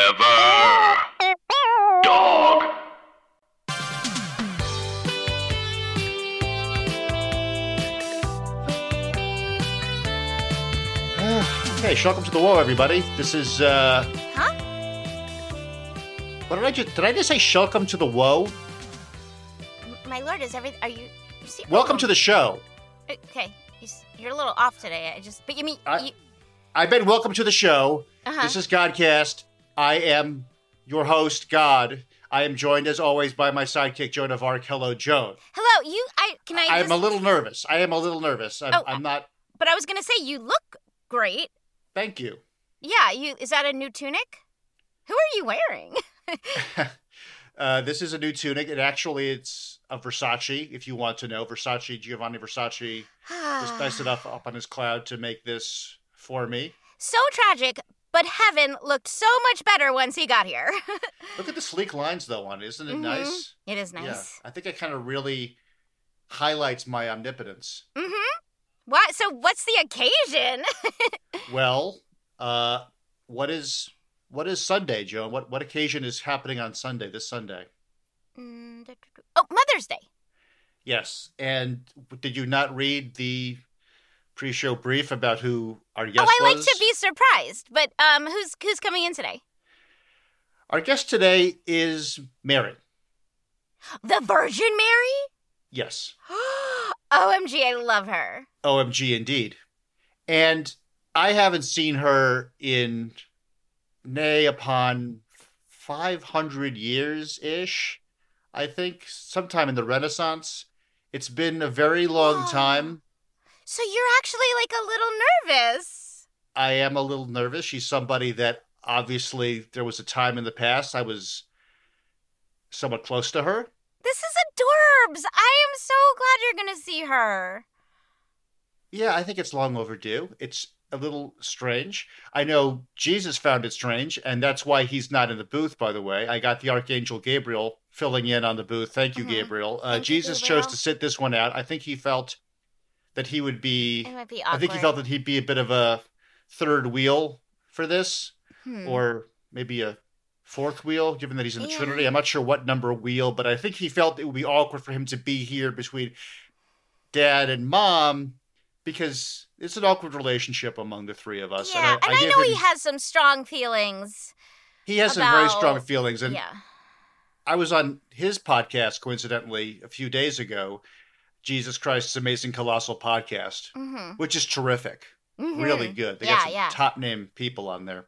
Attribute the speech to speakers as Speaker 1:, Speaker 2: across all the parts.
Speaker 1: Forever. Dog.
Speaker 2: Okay, welcome to the war, everybody. This is uh
Speaker 3: Huh?
Speaker 2: What did I just did I just say welcome to the woe?
Speaker 3: M- My lord, is everything? Are you? you see- Oh,
Speaker 2: Welcome to the show.
Speaker 3: Okay, you, s- you're a little off today. I just, but you mean
Speaker 2: I-
Speaker 3: you?
Speaker 2: I've been welcome to the show.
Speaker 3: Uh-huh.
Speaker 2: This is Godcast. I am your host, God. I am joined as always by my sidekick, Joan of Arc. Hello, Joan.
Speaker 3: Hello, you. I can I?
Speaker 2: I am
Speaker 3: just-
Speaker 2: a little nervous. I am a little nervous. I'm,
Speaker 3: Oh,
Speaker 2: I'm not.
Speaker 3: But I was gonna say you look great.
Speaker 2: Thank you.
Speaker 3: Yeah, you. Is that a new tunic? Who are you wearing?
Speaker 2: Uh, this is a new tunic. It actually it's a Versace. If you want to know, Versace Giovanni Versace was
Speaker 3: Ah.
Speaker 2: nice enough up on his cloud to make this for me.
Speaker 3: so tragic, but heaven looked so much better once he got here.
Speaker 2: Look at the sleek lines though on it. Isn't it
Speaker 3: Mhm.
Speaker 2: nice?
Speaker 3: it is nice.
Speaker 2: Yeah. I think it kind of really highlights my omnipotence.
Speaker 3: Mm-hmm. Why? So what's the occasion?
Speaker 2: Well, uh, what is what is Sunday, Joan? What what occasion is happening on Sunday? This Sunday?
Speaker 3: Mm, da- da- da- oh, Mother's Day.
Speaker 2: Yes. And did you not read the pre-show brief about who our guest
Speaker 3: oh, I like
Speaker 2: was?
Speaker 3: to be surprised, but um, who's who's coming in today?
Speaker 2: Our guest today is Mary.
Speaker 3: The Virgin Mary.
Speaker 2: Yes.
Speaker 3: OMG, I love her.
Speaker 2: OMG, indeed. And I haven't seen her in, nay, upon 500 years ish, I think, sometime in the Renaissance. It's been a very long
Speaker 3: Wow.
Speaker 2: time.
Speaker 3: So you're actually like a little nervous.
Speaker 2: I am a little nervous. She's somebody that obviously there was a time in the past I was somewhat close to her.
Speaker 3: This is adorbs. I am so glad you're going to see her.
Speaker 2: Yeah, I think it's long overdue. It's a little strange. I know Jesus found it strange, and that's why he's not in the booth, by the way. I got the Archangel Gabriel filling in on the booth. Thank you,
Speaker 3: Mhm.
Speaker 2: Gabriel. Uh,
Speaker 3: Thank you,
Speaker 2: Jesus chose
Speaker 3: Gabriel.
Speaker 2: to sit this one out. I think he felt that he would be,
Speaker 3: It might be awkward.
Speaker 2: I think he felt that he'd be a bit of a third wheel for this,
Speaker 3: Hmm.
Speaker 2: or maybe a fourth wheel, given that he's in the
Speaker 3: Yeah.
Speaker 2: Trinity. I'm not sure what number wheel, but I think he felt it would be awkward for him to be here between dad and mom because it's an awkward relationship among the three of us.
Speaker 3: yeah, and I,
Speaker 2: give
Speaker 3: know
Speaker 2: him-
Speaker 3: he has some strong feelings.
Speaker 2: he has some very
Speaker 3: about-
Speaker 2: strong feelings. And
Speaker 3: yeah.
Speaker 2: I was on his podcast, coincidentally, a few days ago, Jesus Christ's Amazing Colossal Podcast,
Speaker 3: Mm-hmm.
Speaker 2: which is terrific. really good. They
Speaker 3: Hmm. Yeah,
Speaker 2: got some
Speaker 3: yeah.
Speaker 2: top name people on there.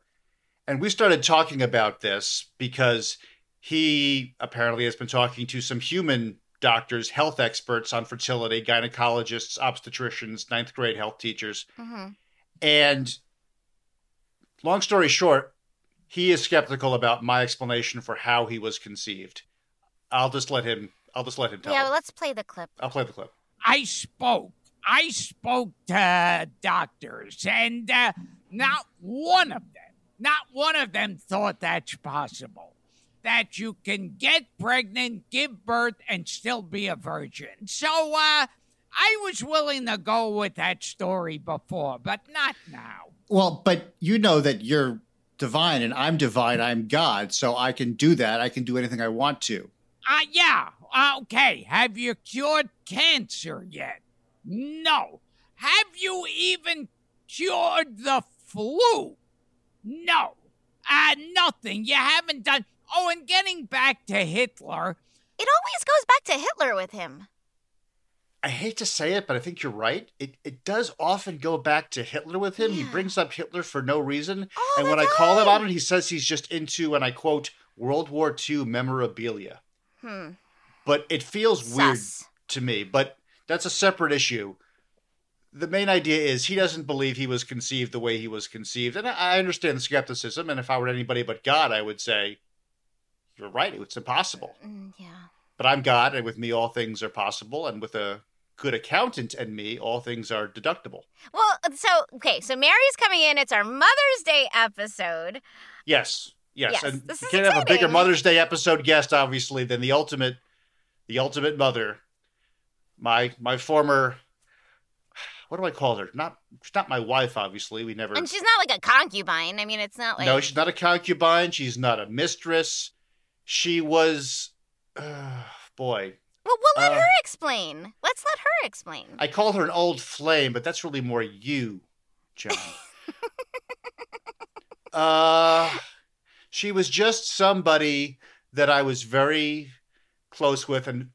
Speaker 2: And we started talking about this because he apparently has been talking to some human doctors, health experts on fertility, gynecologists, obstetricians, ninth grade health teachers.
Speaker 3: Mm-hmm.
Speaker 2: And long story short, he is skeptical about my explanation for how he was conceived. I'll just let him I'll just let him tell.
Speaker 3: Yeah, well,
Speaker 2: it.
Speaker 3: let's play the clip.
Speaker 2: I'll play the clip.
Speaker 4: I spoke. I spoke to doctors, and uh, not one of them, not one of them thought that's possible. That you can get pregnant, give birth, and still be a virgin. So uh, I was willing to go with that story before, but not now.
Speaker 5: Well, but you know that you're divine and I'm divine. I'm God. So I can do that. I can do anything I want to.
Speaker 4: Uh, yeah. Uh, okay. Have you cured cancer yet? No. Have you even cured the flu? No. Uh, nothing. You haven't done. Oh, and getting back to Hitler,
Speaker 3: It always goes back to Hitler with him.
Speaker 2: I hate to say it, but I think you're right. It it does often go back to Hitler with him. He
Speaker 3: Yeah. Oh
Speaker 2: brings up Hitler for no reason,
Speaker 3: All
Speaker 2: and
Speaker 3: the
Speaker 2: when I call him
Speaker 3: time.
Speaker 2: on it, he says he's just into and I quote World War II memorabilia.
Speaker 3: Hmm.
Speaker 2: But it feels weird
Speaker 3: Sus.
Speaker 2: to me. But that's a separate issue. The main idea is he doesn't believe he was conceived the way he was conceived, and I I understand the skepticism. And if I were anybody but God, I would say, "You're right. It's impossible."
Speaker 3: Mm, yeah.
Speaker 2: But I'm God, and with me, all things are possible. And with a good accountant and me, all things are deductible.
Speaker 3: Well, so okay, so Mary's coming in. It's our Mother's Day episode.
Speaker 2: Yes, yes.
Speaker 3: Yes,
Speaker 2: and
Speaker 3: this
Speaker 2: you
Speaker 3: is
Speaker 2: can't have a bigger
Speaker 3: exciting.
Speaker 2: Mother's Day episode guest, obviously, than the ultimate, the ultimate mother. My my former, what do I call her? Not she's not my wife, obviously. We never.
Speaker 3: And she's not like a concubine. I mean, it's not like
Speaker 2: no, she's not a concubine. She's not a mistress. She was, uh, boy.
Speaker 3: Well, we'll let
Speaker 2: Uh,
Speaker 3: her explain. Let's let her explain.
Speaker 2: I call her an old flame, but that's really more you, John. uh, she was just somebody that I was very close with, and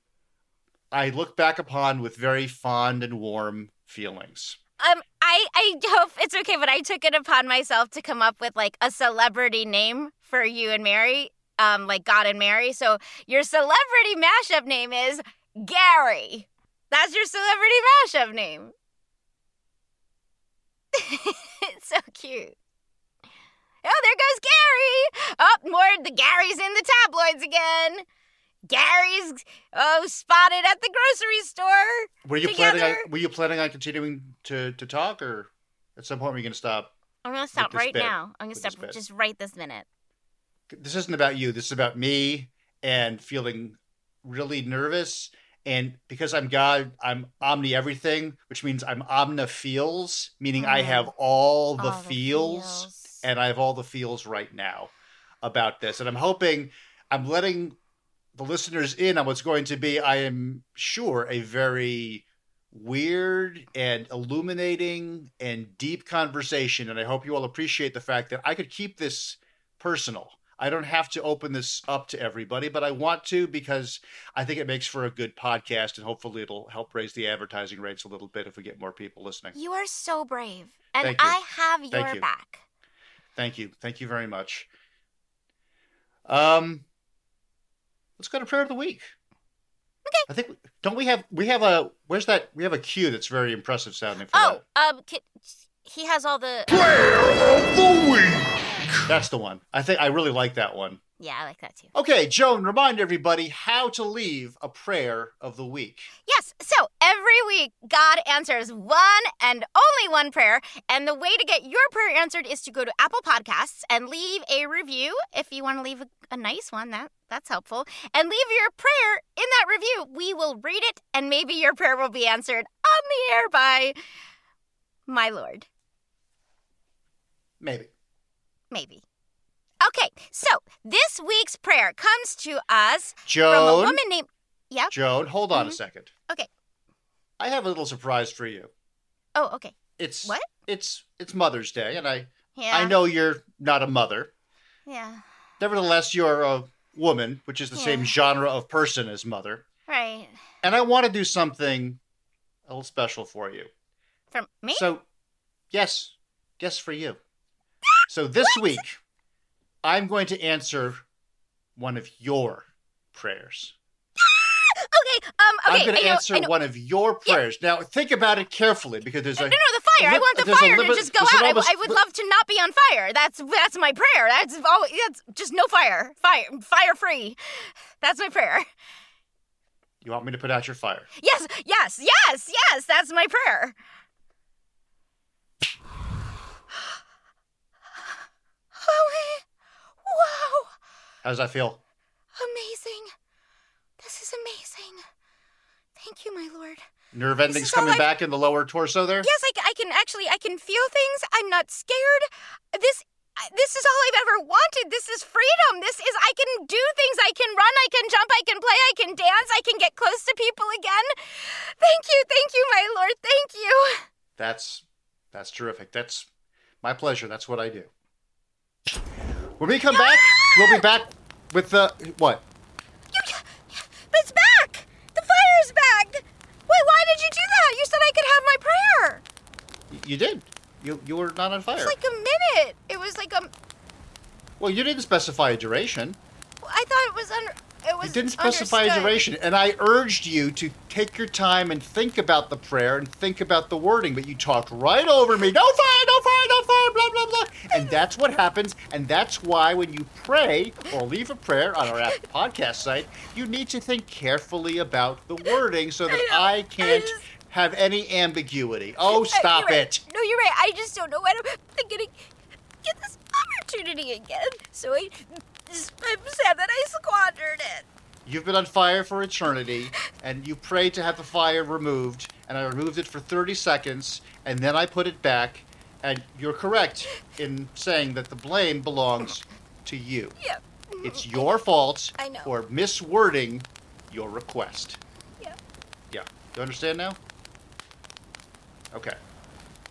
Speaker 2: I look back upon with very fond and warm feelings.
Speaker 3: Um, I, I hope it's okay, but I took it upon myself to come up with like a celebrity name for you and Mary, um, like God and Mary. So your celebrity mashup name is Gary. That's your celebrity mashup name. it's so cute. Oh, there goes Gary. Up oh, more the Gary's in the tabloids again. Gary's oh spotted at the grocery store.
Speaker 2: Were you planning?
Speaker 3: Together.
Speaker 2: On, were you planning on continuing to to talk, or at some point we are going to stop?
Speaker 3: I'm gonna stop
Speaker 2: this
Speaker 3: right
Speaker 2: bit.
Speaker 3: now. I'm gonna
Speaker 2: With
Speaker 3: stop
Speaker 2: this bit.
Speaker 3: just right this minute.
Speaker 2: This isn't about you. This is about me and feeling really nervous. And because I'm God, I'm omni everything, which means I'm omni feels, meaning I
Speaker 3: Mhm.
Speaker 2: have Uh-huh. all Oh, the
Speaker 3: All
Speaker 2: feels, and I have all the feels right now about this. And I'm hoping I'm letting the listeners in on what's going to be, I am sure, a very weird and illuminating and deep conversation. And I hope you all appreciate the fact that I could keep this personal. I don't have to open this up to everybody, but I want to because I think it makes for a good podcast and hopefully it'll help raise the advertising rates a little bit if we get more people listening.
Speaker 3: You are so brave, and
Speaker 2: Thank you.
Speaker 3: I have your
Speaker 2: you.
Speaker 3: back.
Speaker 2: Thank you. Thank you very much. Um, let's go to prayer of the week. Okay. I think don't we have we have a where's that we have a cue that's very impressive sounding for
Speaker 3: Oh, um, ki- he has all the. Oh.
Speaker 2: that. That's the one. I think I really like that one.
Speaker 3: Yeah, I like that too.
Speaker 2: Okay, Joan, remind everybody how to leave a prayer of the week.
Speaker 3: Yes, so every week God answers one and only one prayer, and the way to get your prayer answered is to go to Apple Podcasts and leave a review. If you want to leave a, a nice one, that that's helpful, and leave your prayer in that review. We will read it, and maybe your prayer will be answered on the air by my Lord.
Speaker 2: Maybe.
Speaker 3: Maybe. Okay, so this week's prayer comes to us from a
Speaker 2: Joan.
Speaker 3: woman named. Yep.
Speaker 2: Joan, hold on a
Speaker 3: Mhm.
Speaker 2: second.
Speaker 3: Okay.
Speaker 2: I have a little surprise for you.
Speaker 3: Oh, okay.
Speaker 2: It's
Speaker 3: What?
Speaker 2: It's it's Mother's Day, and I
Speaker 3: Yeah.
Speaker 2: I know you're not a mother.
Speaker 3: Yeah.
Speaker 2: Nevertheless, you're a woman, which is the same
Speaker 3: Yeah.
Speaker 2: genre of person as mother.
Speaker 3: Right.
Speaker 2: And I want to do something a little special for you.
Speaker 3: From me?
Speaker 2: So, yes, yes, for you. So this week, I'm going to answer one of your prayers.
Speaker 3: okay. Um. Okay.
Speaker 2: I'm going
Speaker 3: I
Speaker 2: to
Speaker 3: know-
Speaker 2: answer
Speaker 3: I know-
Speaker 2: one of your
Speaker 3: Yeah.
Speaker 2: prayers. Now, think about it carefully because there's
Speaker 3: No,
Speaker 2: a
Speaker 3: no, the fire. I
Speaker 2: Look,
Speaker 3: want the
Speaker 2: there's a
Speaker 3: fire
Speaker 2: little-
Speaker 3: to just go
Speaker 2: there's an
Speaker 3: out. I w-
Speaker 2: almost-
Speaker 3: I would love to not be on fire. That's that's my prayer. That's all. That's just no fire. Fire. Fire free. That's my prayer.
Speaker 2: You want me to put out your fire?
Speaker 3: Yes. Yes. Yes. Yes. That's my prayer. Holy! Wow!
Speaker 2: How does that feel?
Speaker 3: Amazing. This is amazing. Thank you, my lord.
Speaker 2: Nerve
Speaker 3: This
Speaker 2: endings
Speaker 3: is all
Speaker 2: coming
Speaker 3: I've-
Speaker 2: back in the lower torso there?
Speaker 3: Yes, I, c- I can actually I can feel things. I'm not scared. This I- this is all I've ever wanted. This is freedom. This is I can do things. I can run, I can jump, I can play, I can dance, I can get close to people again. Thank you. Thank you, my lord. Thank you.
Speaker 2: That's that's terrific. That's my pleasure. That's what I do. When we come back, we'll be back with the what?
Speaker 3: It's back. The fire's back. Wait, why did you do that? You said I could have my prayer.
Speaker 2: You did. You you were not on
Speaker 3: It
Speaker 2: fire.
Speaker 3: was like a minute. It was like a
Speaker 2: Well, you didn't specify a duration.
Speaker 3: I thought it was under it was
Speaker 2: You didn't specify a
Speaker 3: understood.
Speaker 2: duration, and I urged you to take your time and think about the prayer and think about the wording, but you talked right over me. No fire, no fire, no fire, blah blah blah. And that's what happens, and that's why when you pray or leave a prayer on our app- podcast site, you need to think carefully about the wording so that
Speaker 3: know.
Speaker 2: I can't
Speaker 3: just-
Speaker 2: have any ambiguity. Oh,
Speaker 3: Uh,
Speaker 2: stop
Speaker 3: you're
Speaker 2: it.
Speaker 3: right. No, you're right. I just don't know when I'm gonna get this opportunity again. So I, just- I'm sad that I squandered it.
Speaker 2: You've been on fire for eternity, and you pray to have the fire removed, and and I removed it for 30 seconds, and then I put it back. And you're correct in saying that the blame belongs to you.
Speaker 3: Yeah.
Speaker 2: It's your fault
Speaker 3: I know.
Speaker 2: for miswording your request.
Speaker 3: Yeah.
Speaker 2: Yeah. You understand now? Okay.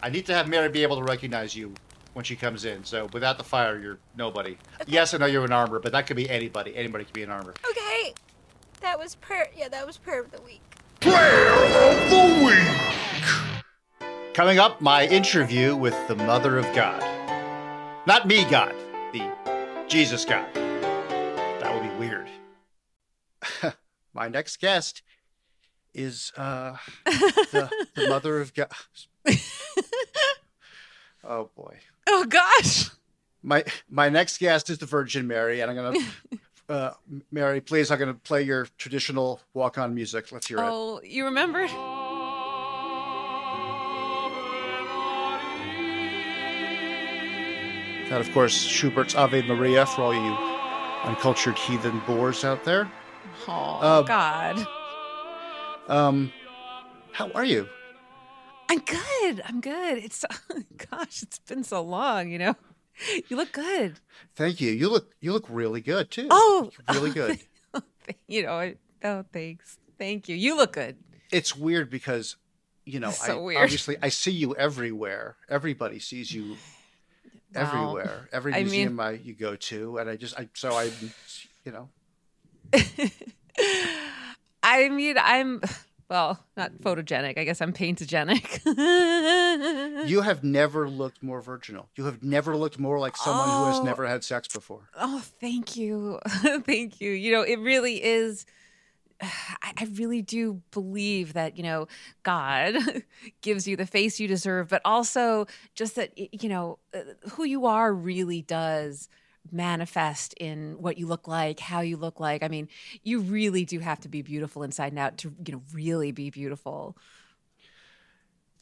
Speaker 2: I need to have Mary be able to recognize you when she comes in. So without the fire, you're nobody. Yes, I know you're an armor, but that could be anybody. Anybody could be an armor.
Speaker 3: Okay. That was prayer. Yeah, that was prayer of the week.
Speaker 2: Coming up, my interview with the Mother of God. Not me, God, the Jesus God. That would be weird. my next guest is uh, the, the Mother of God. oh, boy.
Speaker 6: Oh gosh.
Speaker 2: My my next guest is the Virgin Mary, and I'm gonna, uh, Mary, please, I'm gonna play your traditional walk-on music. Let's hear it.
Speaker 6: Oh, you remember?
Speaker 2: And of course, Schubert's Ave Maria for all you uncultured heathen boors out there.
Speaker 6: Oh
Speaker 2: Uh,
Speaker 6: God.
Speaker 2: Um, how are you?
Speaker 6: I'm good. I'm good. It's gosh, it's been so long, you know. You look good.
Speaker 2: Thank you. You look you look really good too.
Speaker 6: Oh,
Speaker 2: really good.
Speaker 6: you know, I, oh thanks. Thank you. You look good.
Speaker 2: It's weird because you know
Speaker 6: So
Speaker 2: I
Speaker 6: weird.
Speaker 2: obviously I see you everywhere. Everybody sees you
Speaker 6: Wow.
Speaker 2: everywhere. Every
Speaker 6: I mean-
Speaker 2: museum I, you go to, and I just I so I you know
Speaker 6: I mean, I'm well, not photogenic. I guess I'm paintogenic.
Speaker 2: you have never looked more virginal. You have never looked more like someone who has
Speaker 6: Oh.
Speaker 2: never had sex before.
Speaker 6: Oh, thank you. thank you. You know, it really is. I, I really do believe that, you know, God gives you the face you deserve, but also just that, y- you know, uh, who you are really does manifest in what you look like, how you look like. I mean, you really do have to be beautiful inside and out to, you know, really be beautiful.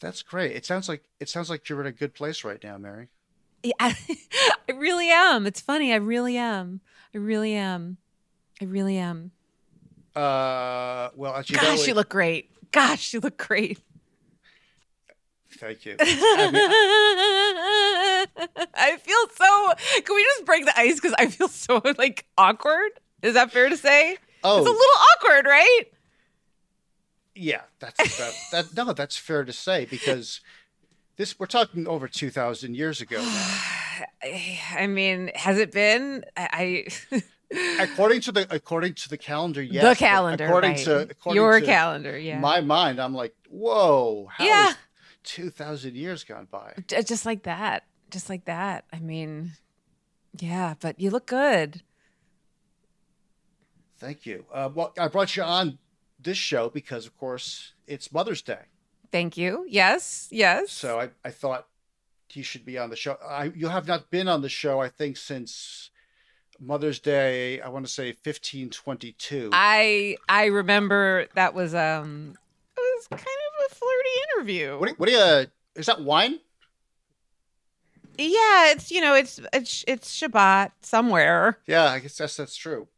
Speaker 2: That's great. It sounds like it sounds like you're in a good place right now, Mary.
Speaker 6: Yeah, I, I really am. It's funny. I really am. I really am. I really am.
Speaker 2: Uh, well, as you know,
Speaker 6: Gosh,
Speaker 2: it-
Speaker 6: you look great. Gosh, you look great.
Speaker 2: Thank you. uh,
Speaker 6: I,
Speaker 2: I mean,
Speaker 6: feel so. Can we just break the ice? Because I feel so like awkward. Is that fair to say?
Speaker 2: oh,
Speaker 6: It's a little awkward, right?
Speaker 2: yeah. That's that, that. No, that's fair to say because this we're talking over two thousand years ago. now.
Speaker 6: I I mean, has it been? I. I
Speaker 2: according to the according to the calendar, yes.
Speaker 6: the
Speaker 2: but
Speaker 6: calendar,
Speaker 2: According
Speaker 6: right?
Speaker 2: to according
Speaker 6: your
Speaker 2: to
Speaker 6: calendar, yeah.
Speaker 2: my mind, I'm like, whoa, how
Speaker 6: Yeah.
Speaker 2: two thousand years gone by?
Speaker 6: J- just like that, just like that. I mean, yeah. But you look good.
Speaker 2: Thank you. Uh, well, I brought you on this show because, of course, it's Mother's Day.
Speaker 6: Thank you. Yes. Yes.
Speaker 2: So I, I thought he should be on the show. I, you have not been on the show, I think, since Mother's Day. I want to say 1522.
Speaker 6: I I remember that was um it was kind of a flirty interview.
Speaker 2: what, do- what do you? Is that wine?
Speaker 6: yeah, it's you know it's it's it's Shabbat somewhere.
Speaker 2: Yeah, I guess that's that's true.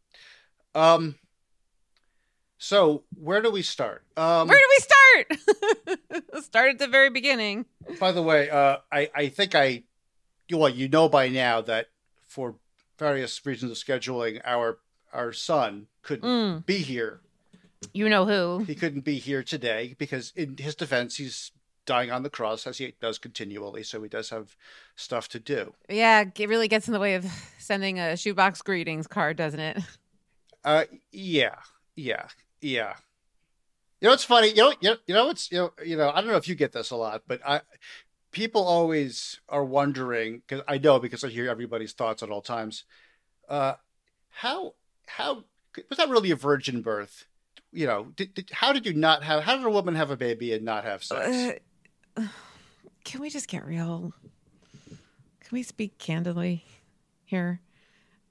Speaker 2: Um. So where do we start? Um,
Speaker 6: Where do we start? start at the very beginning.
Speaker 2: By the way, uh, I I think I, you well, you know by now that for various reasons of scheduling, our our son couldn't
Speaker 6: Mm,
Speaker 2: be here
Speaker 6: you know who?
Speaker 2: he couldn't be here today because in his defense he's dying on the cross as he does continually so he does have stuff to do
Speaker 6: Yeah, it really gets in the way of sending a shoebox greetings card, doesn't it?
Speaker 2: uh yeah yeah yeah you know it's funny you know you know, you know it's you know, you know i don't know if you get this a lot but i people always are wondering because i know because i hear everybody's thoughts at all times uh how how was that really a virgin birth you know did, did, how did you not have how did a woman have a baby and not have sex
Speaker 6: Uh, can we just get real? Can we speak candidly here?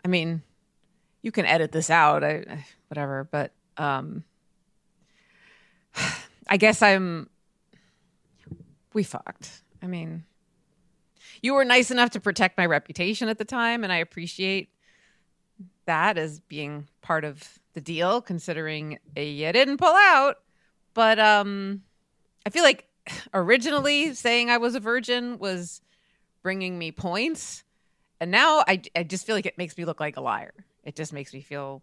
Speaker 6: I mean, you can edit this out, I, I- whatever, but um, I guess I'm. We fucked. I mean, you were nice enough to protect my reputation at the time, and I appreciate that as being part eh, of the deal, considering you didn't pull out. But um, I feel like originally saying I was a virgin was bringing me points. And now I, I just feel like it makes me look like a liar. It just makes me feel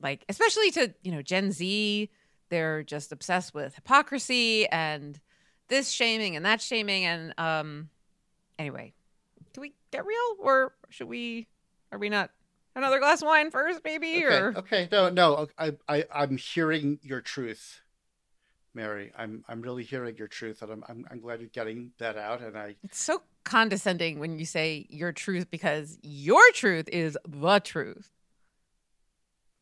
Speaker 6: like, especially to, you know, Gen Z, they're just obsessed with hypocrisy and this shaming and that shaming. And um, anyway, can we get real or should we, are we not? Another glass of wine first, maybe?
Speaker 2: Okay,
Speaker 6: or
Speaker 2: okay, no, no, I, I, I'm hearing your truth, Mary. I'm, I'm really hearing your truth, and I'm, I'm, I'm glad you're getting that out. And I,
Speaker 6: It's so condescending when you say your truth because your truth is the truth.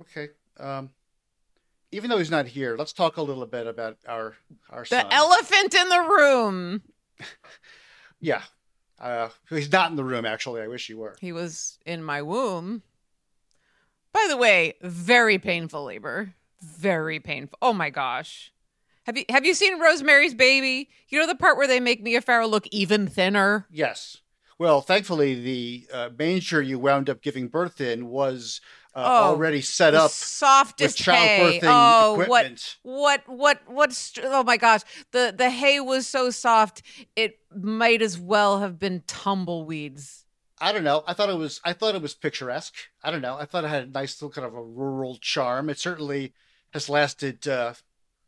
Speaker 2: okay, um, even though he's not here, let's talk a little bit about our, our
Speaker 6: The
Speaker 2: son.
Speaker 6: elephant in the room.
Speaker 2: yeah, uh, he's not in the room actually. I wish he were.
Speaker 6: He was in my womb. By the way, very painful labor. Very painful. Oh my gosh. Have you have you seen Rosemary's Baby? You know the part where they make Mia Farrow look even thinner?
Speaker 2: Yes. Well, thankfully, the uh, manger you wound up giving birth in was uh,
Speaker 6: Oh,
Speaker 2: already set
Speaker 6: The
Speaker 2: up with
Speaker 6: softest hay.
Speaker 2: childbirthing
Speaker 6: Oh, what
Speaker 2: equipment.
Speaker 6: what what what st- oh my gosh the the hay was so soft it might as well have been tumbleweeds
Speaker 2: I don't know. I thought it was. I thought it was picturesque. I don't know. I thought it had a nice little kind of a rural charm. It certainly has lasted uh,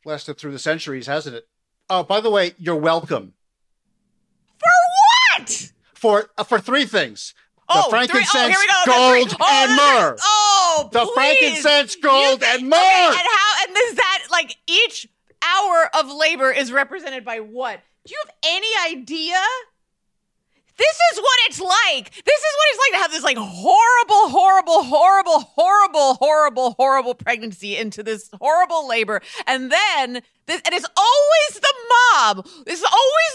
Speaker 2: lasted through the centuries, hasn't it? Oh, by the way, you're welcome
Speaker 6: for what
Speaker 2: for uh, for three things: the
Speaker 6: oh, three-
Speaker 2: frankincense,
Speaker 6: oh, here we go. the
Speaker 2: gold,
Speaker 6: three- oh,
Speaker 2: and
Speaker 6: the-
Speaker 2: myrrh.
Speaker 6: oh
Speaker 2: the
Speaker 6: please.
Speaker 2: frankincense, gold,
Speaker 6: You-
Speaker 2: and myrrh.
Speaker 6: okay, and how and is that like each hour of labor is represented by what do you have any idea this is what it's like. This is what it's like to have this like horrible, horrible, horrible, horrible, horrible, horrible pregnancy into this horrible labor. And then this and it's always the mob. It's always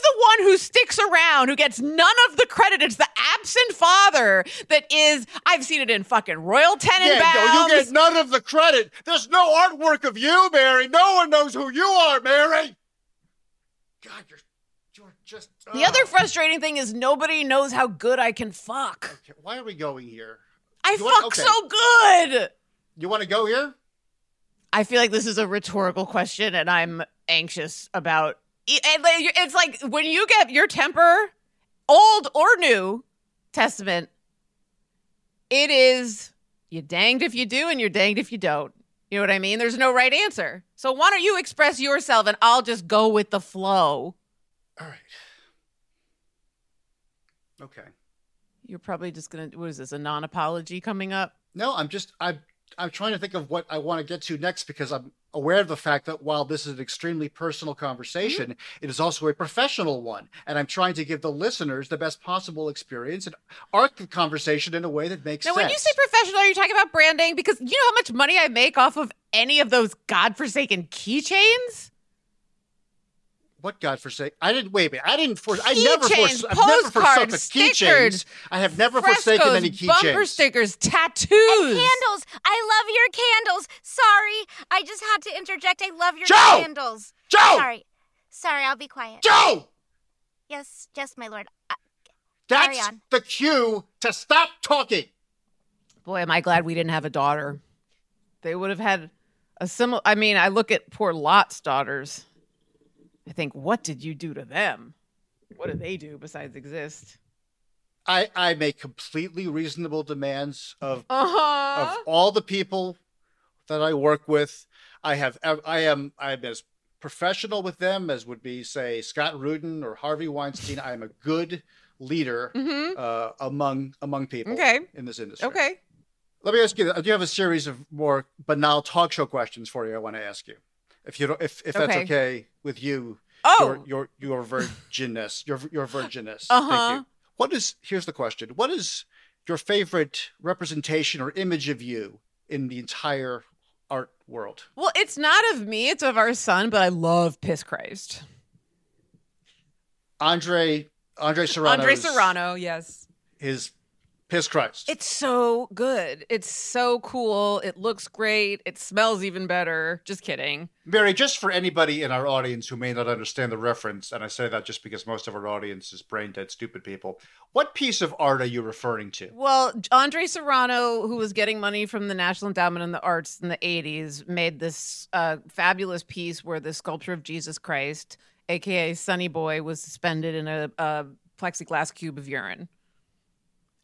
Speaker 6: the one who sticks around, who gets none of the credit. It's the absent father that is, I've seen it in fucking Royal Tenenbaums.
Speaker 2: Yeah, no, you get none of the credit. There's no artwork of you, Mary. No one knows who you are, Mary. God, you're you're just
Speaker 6: The other
Speaker 2: oh.
Speaker 6: frustrating thing is nobody knows how good I can fuck.
Speaker 2: Okay, why are we going here?
Speaker 6: I
Speaker 2: You want- okay.
Speaker 6: fuck so good.
Speaker 2: You want to go here?
Speaker 6: I feel like this is a rhetorical question, and I'm anxious about. e, and like, you- It's like when you get your temper, old or new, testament. It is you danged if you do, and you're danged if you don't. You know what I mean? There's no right answer. So why don't you express yourself, and I'll just go with the flow.
Speaker 2: All right. Okay.
Speaker 6: You're probably just gonna. What is this? A non-apology coming up?
Speaker 2: No, I'm just I'm I'm trying to think of what I want to get to next because I'm aware of the fact that while this is an extremely personal conversation,
Speaker 6: Mm-hmm.
Speaker 2: it is also a professional one, and I'm trying to give the listeners the best possible experience and arc the conversation in a way that makes
Speaker 6: Now,
Speaker 2: sense.
Speaker 6: when you say professional, are you talking about branding? Because you know how much money I make off of any of those godforsaken keychains?
Speaker 2: What God forsake? I didn't wait. a minute. I didn't. For, I never. Forso-
Speaker 6: Keychains,
Speaker 2: I've never forsaken
Speaker 6: postcards, stickers,
Speaker 2: keychains. I have never
Speaker 6: Frescoes,
Speaker 2: forsaken any
Speaker 6: bumper
Speaker 2: keychains.
Speaker 6: stickers, tattoos.
Speaker 3: And candles. I love your candles. Sorry, I just had to interject. I love your
Speaker 2: Joe!
Speaker 3: candles.
Speaker 2: Joe,
Speaker 3: Sorry. Sorry, I'll be quiet.
Speaker 2: Joe,
Speaker 3: Yes, yes, my lord. Uh,
Speaker 2: that's
Speaker 3: Carry on.
Speaker 2: the cue to stop talking.
Speaker 6: Boy, am I glad we didn't have a daughter. They would have had a similar. I mean, I look at poor Lot's daughters. I think, what did you do to them? What do they do besides exist?
Speaker 2: I I make completely reasonable demands of
Speaker 6: Uh huh.
Speaker 3: Uh-huh.
Speaker 2: of all the people that I work with. I have I am I'm as professional with them as would be say Scott Rudin or Harvey Weinstein. I am a good leader
Speaker 6: Mm-hmm.
Speaker 2: uh, among among people
Speaker 6: Okay.
Speaker 2: in this industry.
Speaker 6: Okay.
Speaker 2: Let me ask you. I do have a series of more banal talk show questions for you. I want to ask you, if you don't, if if that's
Speaker 6: Okay.
Speaker 2: okay with you,
Speaker 6: Oh.
Speaker 2: your your your virginness, your your virginness. Thank
Speaker 6: Uh-huh.
Speaker 2: you. What is here's the question. What is your favorite representation or image of you in the entire art world?
Speaker 6: Well, it's not of me, it's of our son, but I love Piss Christ.
Speaker 2: Andre Andre Serrano.
Speaker 6: Andre Serrano, yes.
Speaker 2: His Piss Christ.
Speaker 6: It's so good. It's so cool. It looks great. It smells even better. Just kidding.
Speaker 2: Mary, just for anybody in our audience who may not understand the reference, and I say that just because most of our audience is brain dead, stupid people, what piece of art are you referring to?
Speaker 6: Well, Andre Serrano, who was getting money from the National Endowment of the Arts in the 80s, made this uh, fabulous piece where the sculpture of Jesus Christ, aka Sunny Boy, was suspended in a, a plexiglass cube of urine.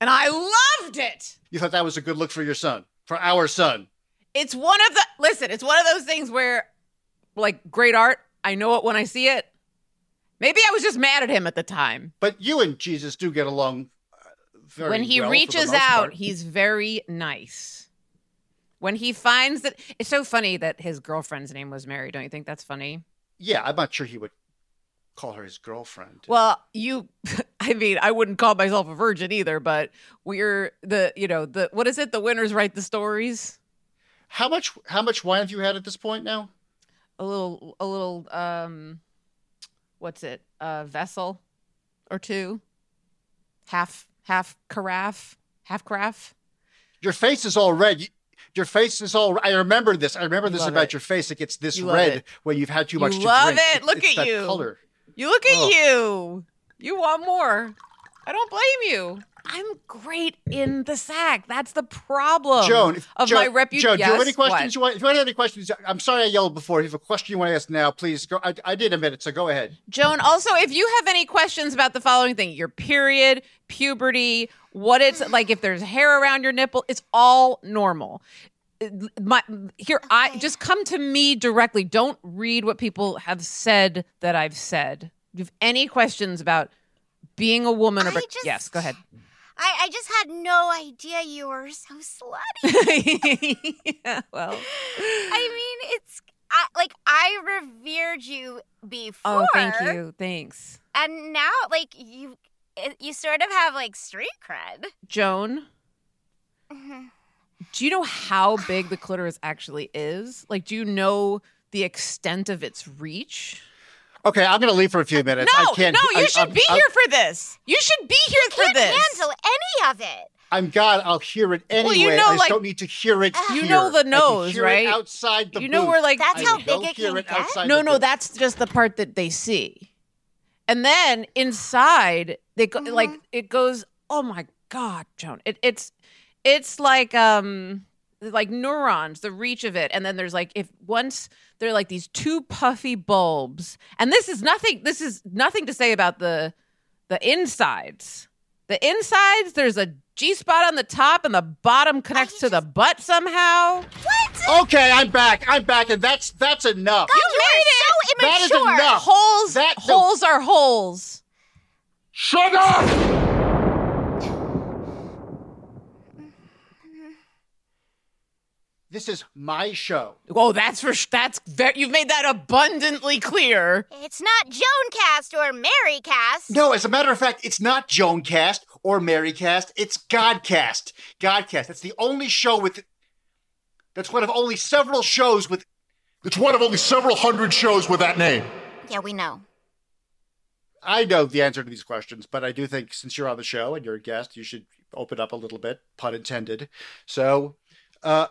Speaker 6: And I loved it.
Speaker 2: You thought that was a good look for your son, for our son.
Speaker 6: It's one of the listen, it's one of those things where like great art, I know it when I see it. Maybe I was just mad at him at the time.
Speaker 2: But you and Jesus do get along uh, very
Speaker 6: when he
Speaker 2: well for the
Speaker 6: reaches
Speaker 2: most
Speaker 6: out,
Speaker 2: part.
Speaker 6: he's very nice. When he finds that it's so funny that his girlfriend's name was Mary, don't you think that's funny?
Speaker 2: Yeah, I'm not sure he would call her his girlfriend.
Speaker 6: Well, you I mean, I wouldn't call myself a virgin either, but we're the, you know, the what is it? The winners write the stories.
Speaker 2: how much how much wine have you had at this point now?
Speaker 6: A little a little um what's it? A vessel or two. Half half carafe, half carafe.
Speaker 2: Your face is all red. You- Your face is all. I remember this. I remember
Speaker 6: You
Speaker 2: this
Speaker 6: love
Speaker 2: about
Speaker 6: it.
Speaker 2: your face. It gets this
Speaker 6: You love
Speaker 2: red
Speaker 6: it.
Speaker 2: when you've had too
Speaker 6: You
Speaker 2: much. to
Speaker 6: love
Speaker 2: drink.
Speaker 6: it. Look
Speaker 2: it's
Speaker 6: at
Speaker 2: that
Speaker 6: you.
Speaker 2: Color.
Speaker 6: You look at
Speaker 2: Ugh.
Speaker 6: you. You want more. I don't blame you. I'm great in the sack. That's the problem.
Speaker 2: Joan, if-
Speaker 6: of
Speaker 2: Joan,
Speaker 6: my repu-
Speaker 2: Joan, do you have any
Speaker 6: Yes,
Speaker 2: questions
Speaker 6: what?
Speaker 2: you want? If you have any questions, I'm sorry I yelled before. If you have a question you want to ask now, please go. I, I did a minute, so go ahead.
Speaker 6: Joan, also, if you have any questions about the following thing your period, puberty, what it's like, if there's hair around your nipple, it's all normal. Uh, My, here, I just come to me directly. Don't read what people have said that I've said. If you have any questions about being a woman or.
Speaker 3: I
Speaker 6: be-
Speaker 3: just-
Speaker 6: yes, go ahead.
Speaker 3: I, I just had no idea you were so slutty.
Speaker 6: yeah,
Speaker 3: I
Speaker 6: well.
Speaker 3: mean, it's I, like I revered you before.
Speaker 6: Oh, thank you. Thanks.
Speaker 3: And now, like you, it- you sort of have like street cred.
Speaker 6: Joan, do you know how big the clitoris actually is? Like, do you know the extent of its reach?
Speaker 2: Okay, I'm going to leave for a few minutes. I
Speaker 6: no,
Speaker 2: can't.
Speaker 6: no,
Speaker 2: I,
Speaker 6: you should
Speaker 2: I'm-
Speaker 6: be
Speaker 2: I'm-
Speaker 6: here for this. You should be here for
Speaker 3: Can't
Speaker 6: this.
Speaker 3: handle any of it.
Speaker 2: I'm God. I'll hear it anyway.
Speaker 6: Well, you know,
Speaker 2: I just
Speaker 6: like-
Speaker 2: don't need to hear it.
Speaker 6: You
Speaker 2: here.
Speaker 6: know the
Speaker 2: I can
Speaker 6: nose,
Speaker 2: hear it
Speaker 6: right?
Speaker 2: outside the
Speaker 6: you know,
Speaker 2: booth.
Speaker 6: we're like,
Speaker 3: That's
Speaker 2: I
Speaker 3: how
Speaker 2: don't
Speaker 3: big it
Speaker 2: hear
Speaker 3: can
Speaker 2: it
Speaker 3: get?
Speaker 2: outside
Speaker 6: no,
Speaker 2: the
Speaker 6: no,
Speaker 2: booth.
Speaker 6: that's just the part that they see. And then inside, they go
Speaker 2: Mm-hmm.
Speaker 6: like it goes. Oh my god, Joan! It, it's it's like um like neurons, the reach of it. And then there's like if once they're like these two puffy bulbs. And this is nothing. This is nothing to say about the the insides. The insides. There's a G spot on the top, and the bottom connects to the butt somehow.
Speaker 2: Okay, I'm back. I'm back, and that's that's enough.
Speaker 3: you made
Speaker 2: That
Speaker 3: are
Speaker 2: is
Speaker 3: so immature.
Speaker 2: enough.
Speaker 6: Holes.
Speaker 2: Oh, That- no.
Speaker 6: holes are holes.
Speaker 2: Shut up! This is my show.
Speaker 4: Oh,
Speaker 6: Whoa, that's for sh- that's ve- you've made that abundantly clear.
Speaker 3: It's not Joan Cast or Mary Cast.
Speaker 2: No, as a matter of fact, it's not Joan Cast or Mary Cast. It's Godcast. Godcast. That's the only show with. That's one of only several shows with.
Speaker 7: It's one of only several hundred shows with that name.
Speaker 3: Yeah, we know.
Speaker 2: I know the answer to these questions, but I do think since you're on the show and you're a guest, you should open up a little bit, pun intended. So, uh,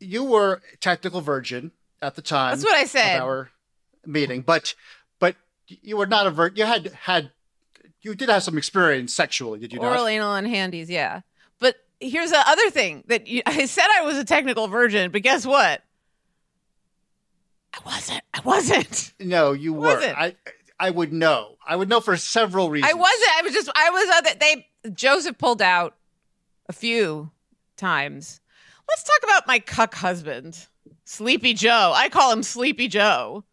Speaker 2: you were technical virgin at the time.
Speaker 6: That's what I
Speaker 2: of
Speaker 6: said.
Speaker 2: our meeting, but but you were not a vir- you had had you did have some experience sexually, did you
Speaker 6: Oral,
Speaker 2: not?
Speaker 6: anal, and handies, yeah. But here's the other thing that you, I said I was a technical virgin, but guess what? I wasn't. I wasn't.
Speaker 2: No, you were.
Speaker 6: wasn't.
Speaker 2: I I would know. I would know for several reasons.
Speaker 6: I wasn't. I was just. I was. Other, they Joseph pulled out a few times. Let's talk about my cuck husband, Sleepy Joe. I call him Sleepy Joe.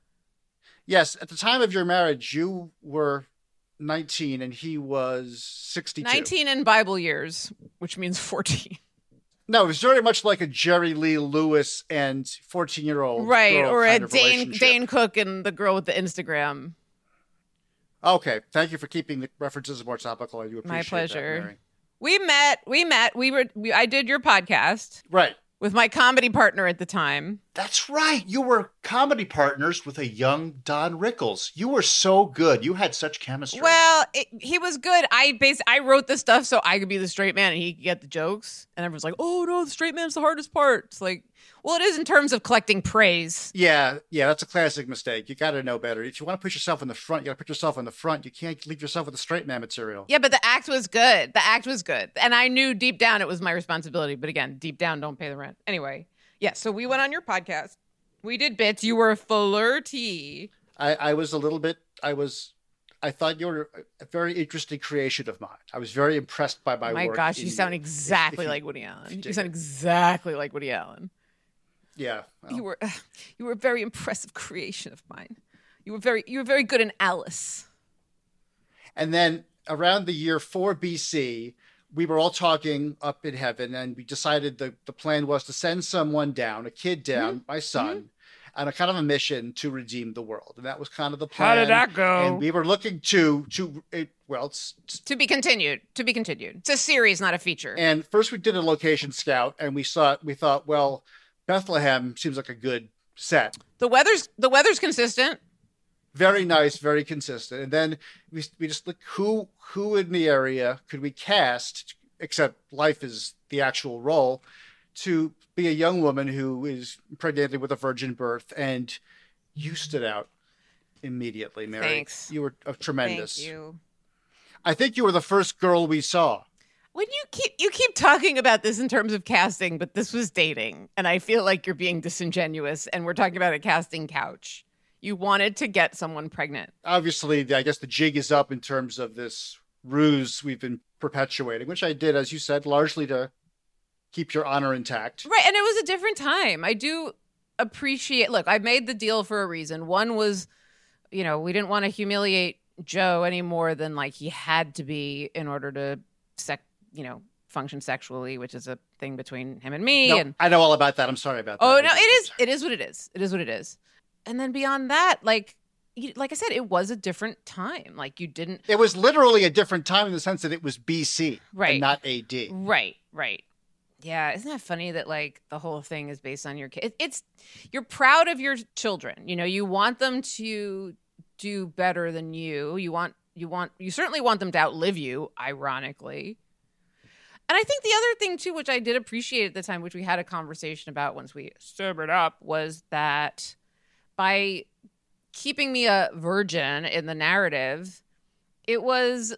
Speaker 2: Yes, at the time of your marriage, you were nineteen and he was sixty-two.
Speaker 6: Nineteen in Bible years, which means fourteen.
Speaker 2: No, it was very much like a Jerry Lee Lewis and fourteen-year-old,
Speaker 6: right
Speaker 2: girl
Speaker 6: or a
Speaker 2: kind of
Speaker 6: dane
Speaker 2: relationship.
Speaker 6: dane cook and the girl with the instagram
Speaker 2: Okay, thank you for keeping the references more topical. I do appreciate
Speaker 6: My pleasure.
Speaker 2: That, Mary.
Speaker 6: we met we met we were we, i did your podcast
Speaker 2: Right.
Speaker 6: with my comedy partner at the time
Speaker 8: That's right. You were comedy partners with a young Don Rickles. You were so good. You had such chemistry.
Speaker 6: Well, it, he was good. I bas- I wrote the stuff so I could be the straight man and he could get the jokes. And everyone's like, "Oh no, the straight man's the hardest part." It's like, well, it is in terms of collecting praise.
Speaker 2: Yeah, yeah, that's a classic mistake. You got to know better. If you want to put yourself in the front, you got to put yourself in the front. You can't leave yourself with the straight man material.
Speaker 6: Yeah, but the act was good. The act was good, and I knew deep down it was my responsibility. But again, deep down, don't pay the rent. Anyway, yeah. So we went on your podcast. We did bits. You were flirty.
Speaker 2: I, I was a little bit. I was. I thought you were a very interesting creation of mine. I was very impressed by my,
Speaker 6: My
Speaker 2: work.
Speaker 6: gosh,
Speaker 2: in
Speaker 6: you sound
Speaker 2: If- if
Speaker 6: exactly
Speaker 2: you-
Speaker 6: like Woody Allen.
Speaker 2: you
Speaker 6: You,
Speaker 2: dig
Speaker 6: sound
Speaker 2: it.
Speaker 6: exactly like Woody Allen.
Speaker 2: Yeah, well,
Speaker 6: You were, you were a very impressive creation of mine. You were very, you were very good in Alice.
Speaker 2: And then around the year 4 BC, we were all talking up in heaven, and we decided the, the plan was to send someone down, a kid down,
Speaker 6: Mm-hmm.
Speaker 2: my son, on a kind of a mission to redeem the world. And that was kind of the plan.
Speaker 4: go?
Speaker 2: And we were looking to, to it, well, it's,
Speaker 6: To be continued. To be continued. It's a series, not a feature.
Speaker 2: and first we did a location scout, and we saw, we thought, well, Bethlehem seems like a good set.
Speaker 6: the weather's, the weather's consistent.
Speaker 2: very nice, very consistent. And then we we just look who who in the area could we cast, except life is the actual role, to be a young woman who is impregnated with a virgin birth, and you stood out immediately, Mary.
Speaker 6: Thanks.
Speaker 2: You were uh, tremendous.
Speaker 6: Thank you.
Speaker 2: I think you were the first girl we saw.
Speaker 6: When you keep you keep talking about this in terms of casting, but this was dating, and I feel like you're being disingenuous. And we're talking about a casting couch. You wanted to get someone pregnant.
Speaker 2: Obviously, the- I guess the jig is up in terms of this ruse we've been perpetuating, which I did, as you said, largely to keep your honor intact.
Speaker 6: Right. And it was a different time. I do appreciate, look, I made the deal for a reason. One was, you know, we didn't want to humiliate Joe any more than like he had to be in order to, sec, you know, function sexually, which is a thing between him and me.
Speaker 2: No,
Speaker 6: and
Speaker 2: I know all about that. I'm sorry about that.
Speaker 6: Oh no, it is it is what it is. It is what it is. And then beyond that, like you, like I said, it was a different time. Like you didn't
Speaker 2: It was literally a different time in the sense that it was BC,
Speaker 6: Right.
Speaker 2: and not AD.
Speaker 6: Right, right. Yeah, isn't that funny that like the whole thing is based on your kid? It's you're proud of your children. You know, you want them to do better than you. You want you want you certainly want them to outlive you, ironically. And I think the other thing too, which I did appreciate at the time, which we had a conversation about once we sobered up, was that by keeping me a virgin in the narrative, it was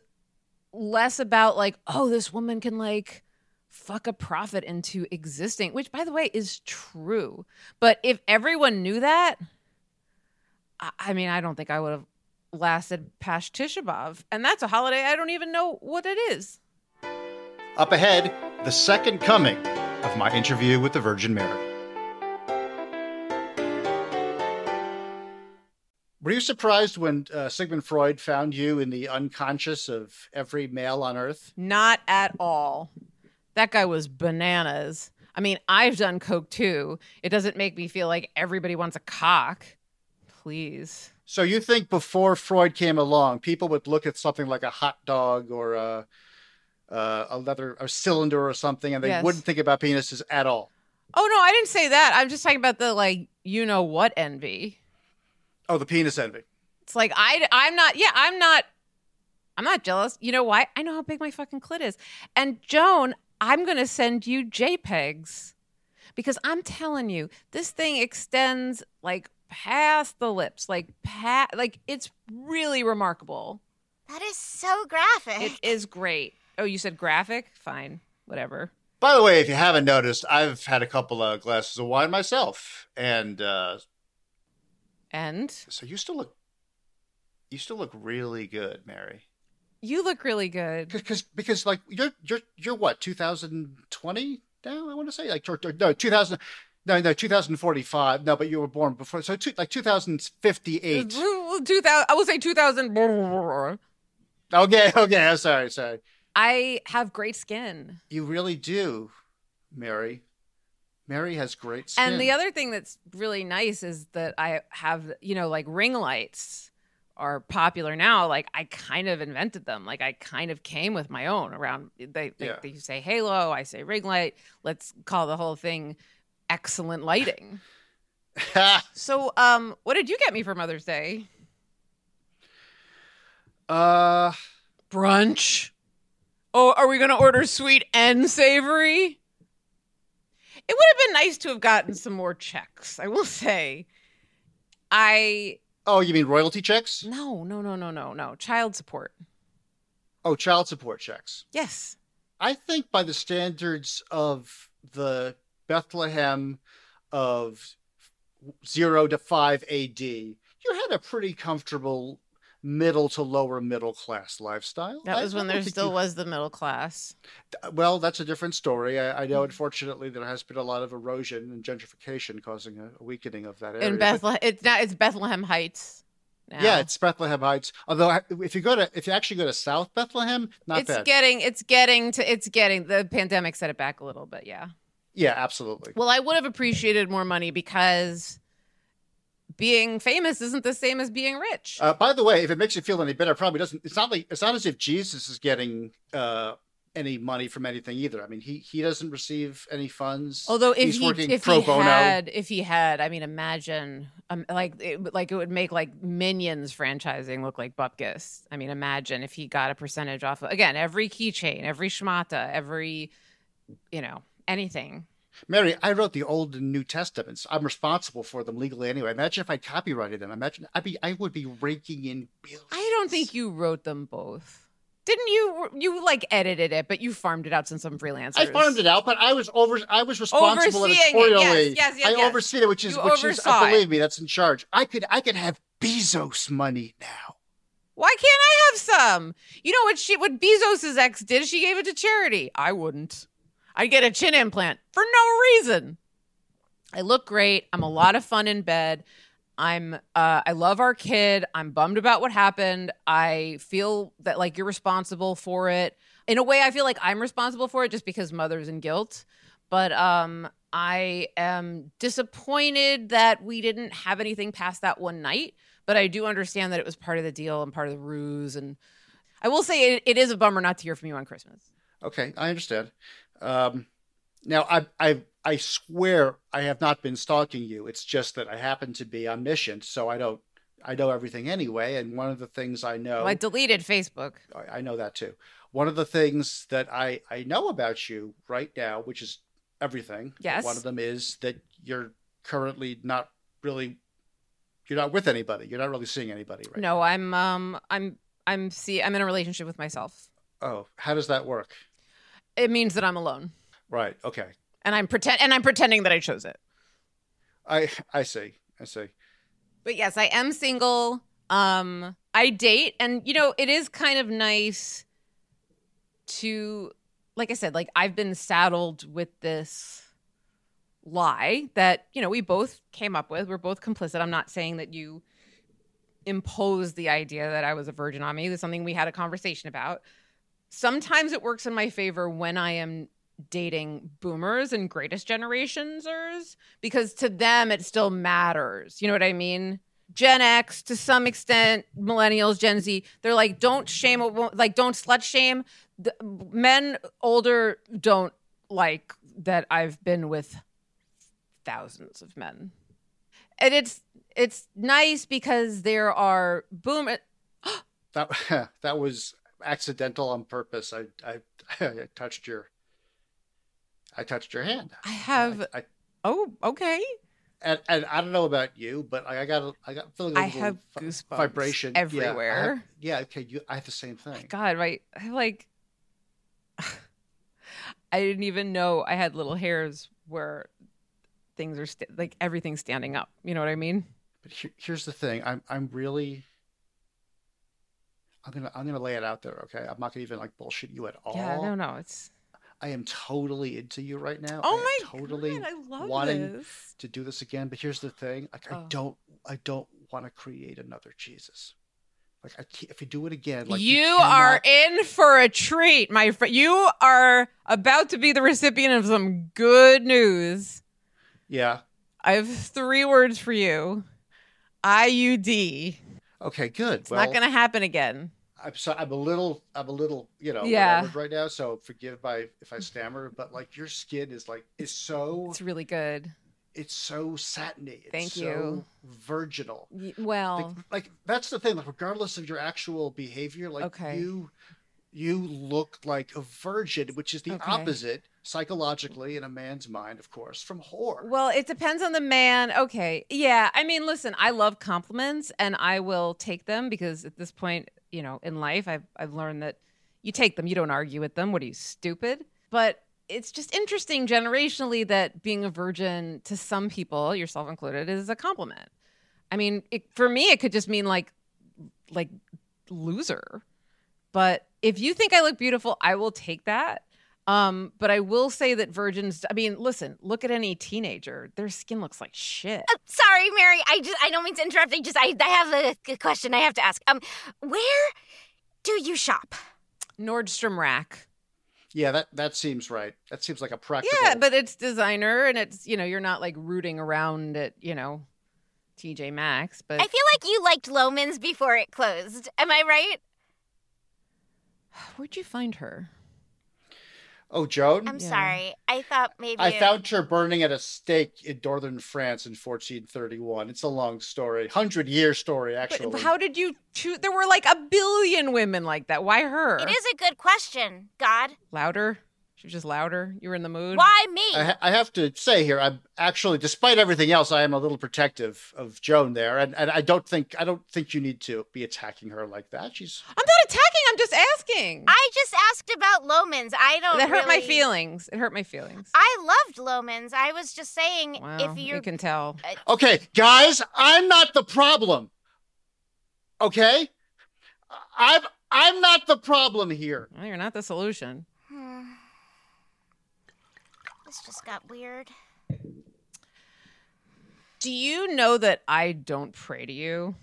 Speaker 6: less about like, oh, this woman can like fuck a prophet into existing, which by the way is true. But if everyone knew that, I, I mean, I don't think I would have lasted past Tishabov. And that's a holiday I don't even know what it is.
Speaker 8: Up ahead, the second coming of my interview with the Virgin Mary.
Speaker 2: Were you surprised when uh, Sigmund Freud found you in the unconscious of every male on Earth?
Speaker 6: Not at all. That guy was bananas. I mean, I've done coke too. It doesn't make me feel like everybody wants a cock. Please.
Speaker 2: So you think before Freud came along, people would look at something like a hot dog or a, uh, a leather a cylinder or something, and they
Speaker 6: Yes.
Speaker 2: wouldn't think about penises at all.
Speaker 6: Oh no, I didn't say that. I'm just talking about the like you know what envy.
Speaker 2: Oh, the penis envy.
Speaker 6: It's like I I'm not yeah, I'm not I'm not jealous. You know why? I know how big my fucking clit is. And Joan, I'm going to send you JPEGs because I'm telling you, this thing extends like past the lips, like past like it's really remarkable.
Speaker 3: That is so graphic.
Speaker 6: It is great. Oh, you said graphic? Fine. Whatever.
Speaker 8: By the way, if you haven't noticed, I've had a couple of glasses of wine myself, and uh,
Speaker 6: And
Speaker 8: so you still look, you still look really good, Mary.
Speaker 6: you look really good.
Speaker 2: Because because like you're you're you're what 2020 now I want to say like or- or- no 2000 no no 2045 no but you were born before so two, like 2058
Speaker 6: Two thousand. I will say two thousand.
Speaker 2: okay okay I'm sorry sorry
Speaker 6: I have great skin.
Speaker 2: you really do Mary Mary has great skin
Speaker 6: And the other thing that's really nice is that I have, you know, like ring lights are popular now. Like I kind of invented them. Like I kind of came with my own around. eh, They, they,
Speaker 2: Yeah.
Speaker 6: they say halo. I say ring light. Let's call the whole thing excellent lighting. So, um, what did you get me for Mother's Day?
Speaker 2: uh,
Speaker 6: Brunch. Oh, are we going to order sweet and savory? It would have been nice to have gotten some more checks, I will say. I
Speaker 2: oh, you mean royalty checks?
Speaker 6: no, no, no, no, no, no. Child support.
Speaker 2: Oh, child support checks.
Speaker 6: Yes.
Speaker 2: I think by the standards of the Bethlehem of zero to five AD, you had a pretty comfortable middle to lower middle class lifestyle.
Speaker 6: That
Speaker 2: I-
Speaker 6: was
Speaker 2: I
Speaker 6: when
Speaker 2: don't
Speaker 6: there
Speaker 2: think
Speaker 6: still
Speaker 2: you-
Speaker 6: was the middle class.
Speaker 2: Well, that's a different story. I, I
Speaker 6: Hmm.
Speaker 2: know, unfortunately, there has been a lot of erosion and gentrification causing a, a weakening of that area.
Speaker 6: In
Speaker 2: but-
Speaker 6: Bethlehem, it's not, it's Bethlehem Heights. now.
Speaker 2: Yeah, it's Bethlehem Heights. Although, I- if you go to, if you actually go to South Bethlehem, not
Speaker 6: it's
Speaker 2: bad.
Speaker 6: getting it's getting to it's getting the pandemic set it back a little but yeah
Speaker 2: yeah, absolutely.
Speaker 6: well i would have appreciated more money because being famous isn't the same as being rich
Speaker 2: Uh, by the way, if it makes you feel any better, it probably doesn't. It's not like it's not as if Jesus is getting uh, any money from anything either. I mean, he he doesn't receive any funds.
Speaker 6: although if
Speaker 2: he's
Speaker 6: he
Speaker 2: working
Speaker 6: if
Speaker 2: pro
Speaker 6: he
Speaker 2: bono.
Speaker 6: had if he had i mean imagine um, like it, like it would make like minions franchising look like bupkis i mean imagine if he got a percentage off of again every keychain every schmata every you know anything
Speaker 2: Mary, I wrote the Old and New Testaments. I'm responsible for them legally anyway. Imagine if I copyrighted them. Imagine I'd be I would be raking in billions.
Speaker 6: I don't think you wrote them both. Didn't you? You like edited it, but you farmed it out to some freelancers.
Speaker 2: I farmed it out, but I was over. I was responsible
Speaker 6: Overseeing it. Yes,
Speaker 2: editorially.
Speaker 6: yes, yes,
Speaker 2: I
Speaker 6: yes.
Speaker 2: oversee it, which is
Speaker 6: You
Speaker 2: which is
Speaker 6: oversaw
Speaker 2: uh,
Speaker 6: it.
Speaker 2: believe me, that's in charge. I could I could have Bezos money now.
Speaker 6: Why can't I have some? You know what she, what Bezos's ex did? She gave it to charity. I wouldn't. I'd get a chin implant for no reason. I look great. I'm a lot of fun in bed. I'm. Uh, I love our kid. I'm bummed about what happened. I feel that like you're responsible for it. In a way, I feel like I'm responsible for it just because mother's in guilt. But um, I am disappointed that we didn't have anything past that one night but I do understand that it was part of the deal and part of the ruse. And I will say it, it is a bummer not to hear from you on Christmas.
Speaker 2: Okay, I understand. Um, now I I I swear I have not been stalking you. It's just that I happen to be omniscient, so I don't I know everything anyway. And one of the things I know
Speaker 6: Well, I deleted Facebook.
Speaker 2: I, I know that too. One of the things that I, I know about you right now, which is everything. but
Speaker 6: Yes.
Speaker 2: One of them is that you're currently not really, you're not with anybody. You're not really seeing anybody right
Speaker 6: No, I'm um I'm I'm see I'm in a relationship with myself.
Speaker 2: now. Oh, how does that work?
Speaker 6: It means that I'm alone.
Speaker 2: Right. Okay.
Speaker 6: And I'm pretend and I'm pretending that I chose it.
Speaker 2: I I see. I see.
Speaker 6: But yes, I am single. Um I date and you know, it is kind of nice to like I said, like I've been saddled with this lie that, you know, we both came up with. We're both complicit. I'm not saying that you imposed the idea that I was a virgin on me. This is something we had a conversation about. Sometimes it works in my favor when I am dating boomers and greatest generationsers because to them it still matters. You know what I mean? Gen X to some extent, millennials, Gen Z, they're like, don't shame, a wo- like, don't slut shame. The, men older don't like that I've been with thousands of men. And it's it's nice because there are boom.
Speaker 2: That that was accidental on purpose. I I, I touched your I touched your hand.
Speaker 6: I have
Speaker 2: I, I,
Speaker 6: oh okay.
Speaker 2: and, and I don't know about you, but I, I got I got feeling a
Speaker 6: I
Speaker 2: little
Speaker 6: have
Speaker 2: vi-
Speaker 6: goosebumps
Speaker 2: vibration Yeah, I have-
Speaker 6: everywhere.
Speaker 2: Yeah, okay, you I have the same thing.
Speaker 6: God, right? I have like I didn't even know I had little hairs where things are sta- like everything's standing up. You know what I mean?
Speaker 2: But here, here's the thing. I'm I'm really I'm gonna I'm gonna lay it out there, okay? I'm not gonna even like bullshit you at all.
Speaker 6: Yeah, no, no, it's
Speaker 2: I am totally into you right now. I
Speaker 6: oh
Speaker 2: am
Speaker 6: my
Speaker 2: totally
Speaker 6: god, I love
Speaker 2: wanting
Speaker 6: this.
Speaker 2: to do this again. But here's the thing. Like I
Speaker 6: Oh.
Speaker 2: don't I don't want to create another Jesus. Like I can't, if you do it again, like
Speaker 6: you
Speaker 2: cannot-
Speaker 6: are in for a treat, my friend. You are about to be the recipient of some good news.
Speaker 2: Yeah.
Speaker 6: I have three words for you. IUD.
Speaker 2: Okay, good.
Speaker 6: It's
Speaker 2: well,
Speaker 6: not going to happen again.
Speaker 2: I'm so I'm a little I'm a little you know
Speaker 6: Yeah.
Speaker 2: whatever right now. So forgive my if I stammer, but like your skin is like is so
Speaker 6: It's really good.
Speaker 2: it's so satiny. It's
Speaker 6: Thank
Speaker 2: so
Speaker 6: you. Oh.
Speaker 2: virginal.
Speaker 6: Y- Well,
Speaker 2: Like, like that's the thing. Like regardless of your actual behavior, like
Speaker 6: Okay.
Speaker 2: you you look like a virgin, which is the
Speaker 6: Okay.
Speaker 2: opposite psychologically in a man's mind, of course, from whore.
Speaker 6: well, it depends on the man. Okay. Yeah. I mean, listen, I love compliments and I will take them because at this point, you know, in life, I've, I've learned that you take them, you don't argue with them. What are you, stupid? But it's just interesting generationally that being a virgin to some people, yourself included, is a compliment. I mean, it, for me, it could just mean like, like loser. But if you think I look beautiful, I will take that. Um, but I will say that virgins. I mean, listen, look at any teenager; their skin looks like shit.
Speaker 3: Uh, sorry, Mary. I just I don't mean to interrupt. I just I, I have a, a question I have to ask. Um, where do you shop?
Speaker 6: Nordstrom Rack.
Speaker 2: Yeah, that that seems right. That seems like a practical.
Speaker 6: Yeah, but it's designer, and it's you know you're not like rooting around at you know TJ Maxx. But
Speaker 3: I feel like you liked Loman's before it closed. Am I right?
Speaker 6: where'd you find her?
Speaker 2: oh, Joan,
Speaker 3: I'm
Speaker 6: Yeah.
Speaker 3: sorry. I thought maybe
Speaker 2: I found her burning at a stake in northern France in 1431. It's a long story, hundred year story actually.
Speaker 6: But how did you choose? There were like a billion women like that. Why her?
Speaker 3: it is a good question. God,
Speaker 6: louder. She was just louder. You were in the mood.
Speaker 3: why me?
Speaker 2: I, ha- I have to say here, I'm actually, despite everything else, I am a little protective of Joan there, and, and I don't think I don't think you need to be attacking her like that. She's
Speaker 6: I'm not attacking. I'm just asking.
Speaker 3: I just asked about Lomans. I don't.
Speaker 6: that hurt my
Speaker 3: really-
Speaker 6: feelings. It hurt my feelings.
Speaker 3: I loved Lomans. I was just saying
Speaker 6: wow,
Speaker 3: if you're
Speaker 6: you can tell.
Speaker 2: okay, guys. I'm not the problem. Okay, I'm I'm not the problem here.
Speaker 6: Well, you're not the solution.
Speaker 3: Hmm. This just got weird.
Speaker 6: Do you know that I don't pray to you?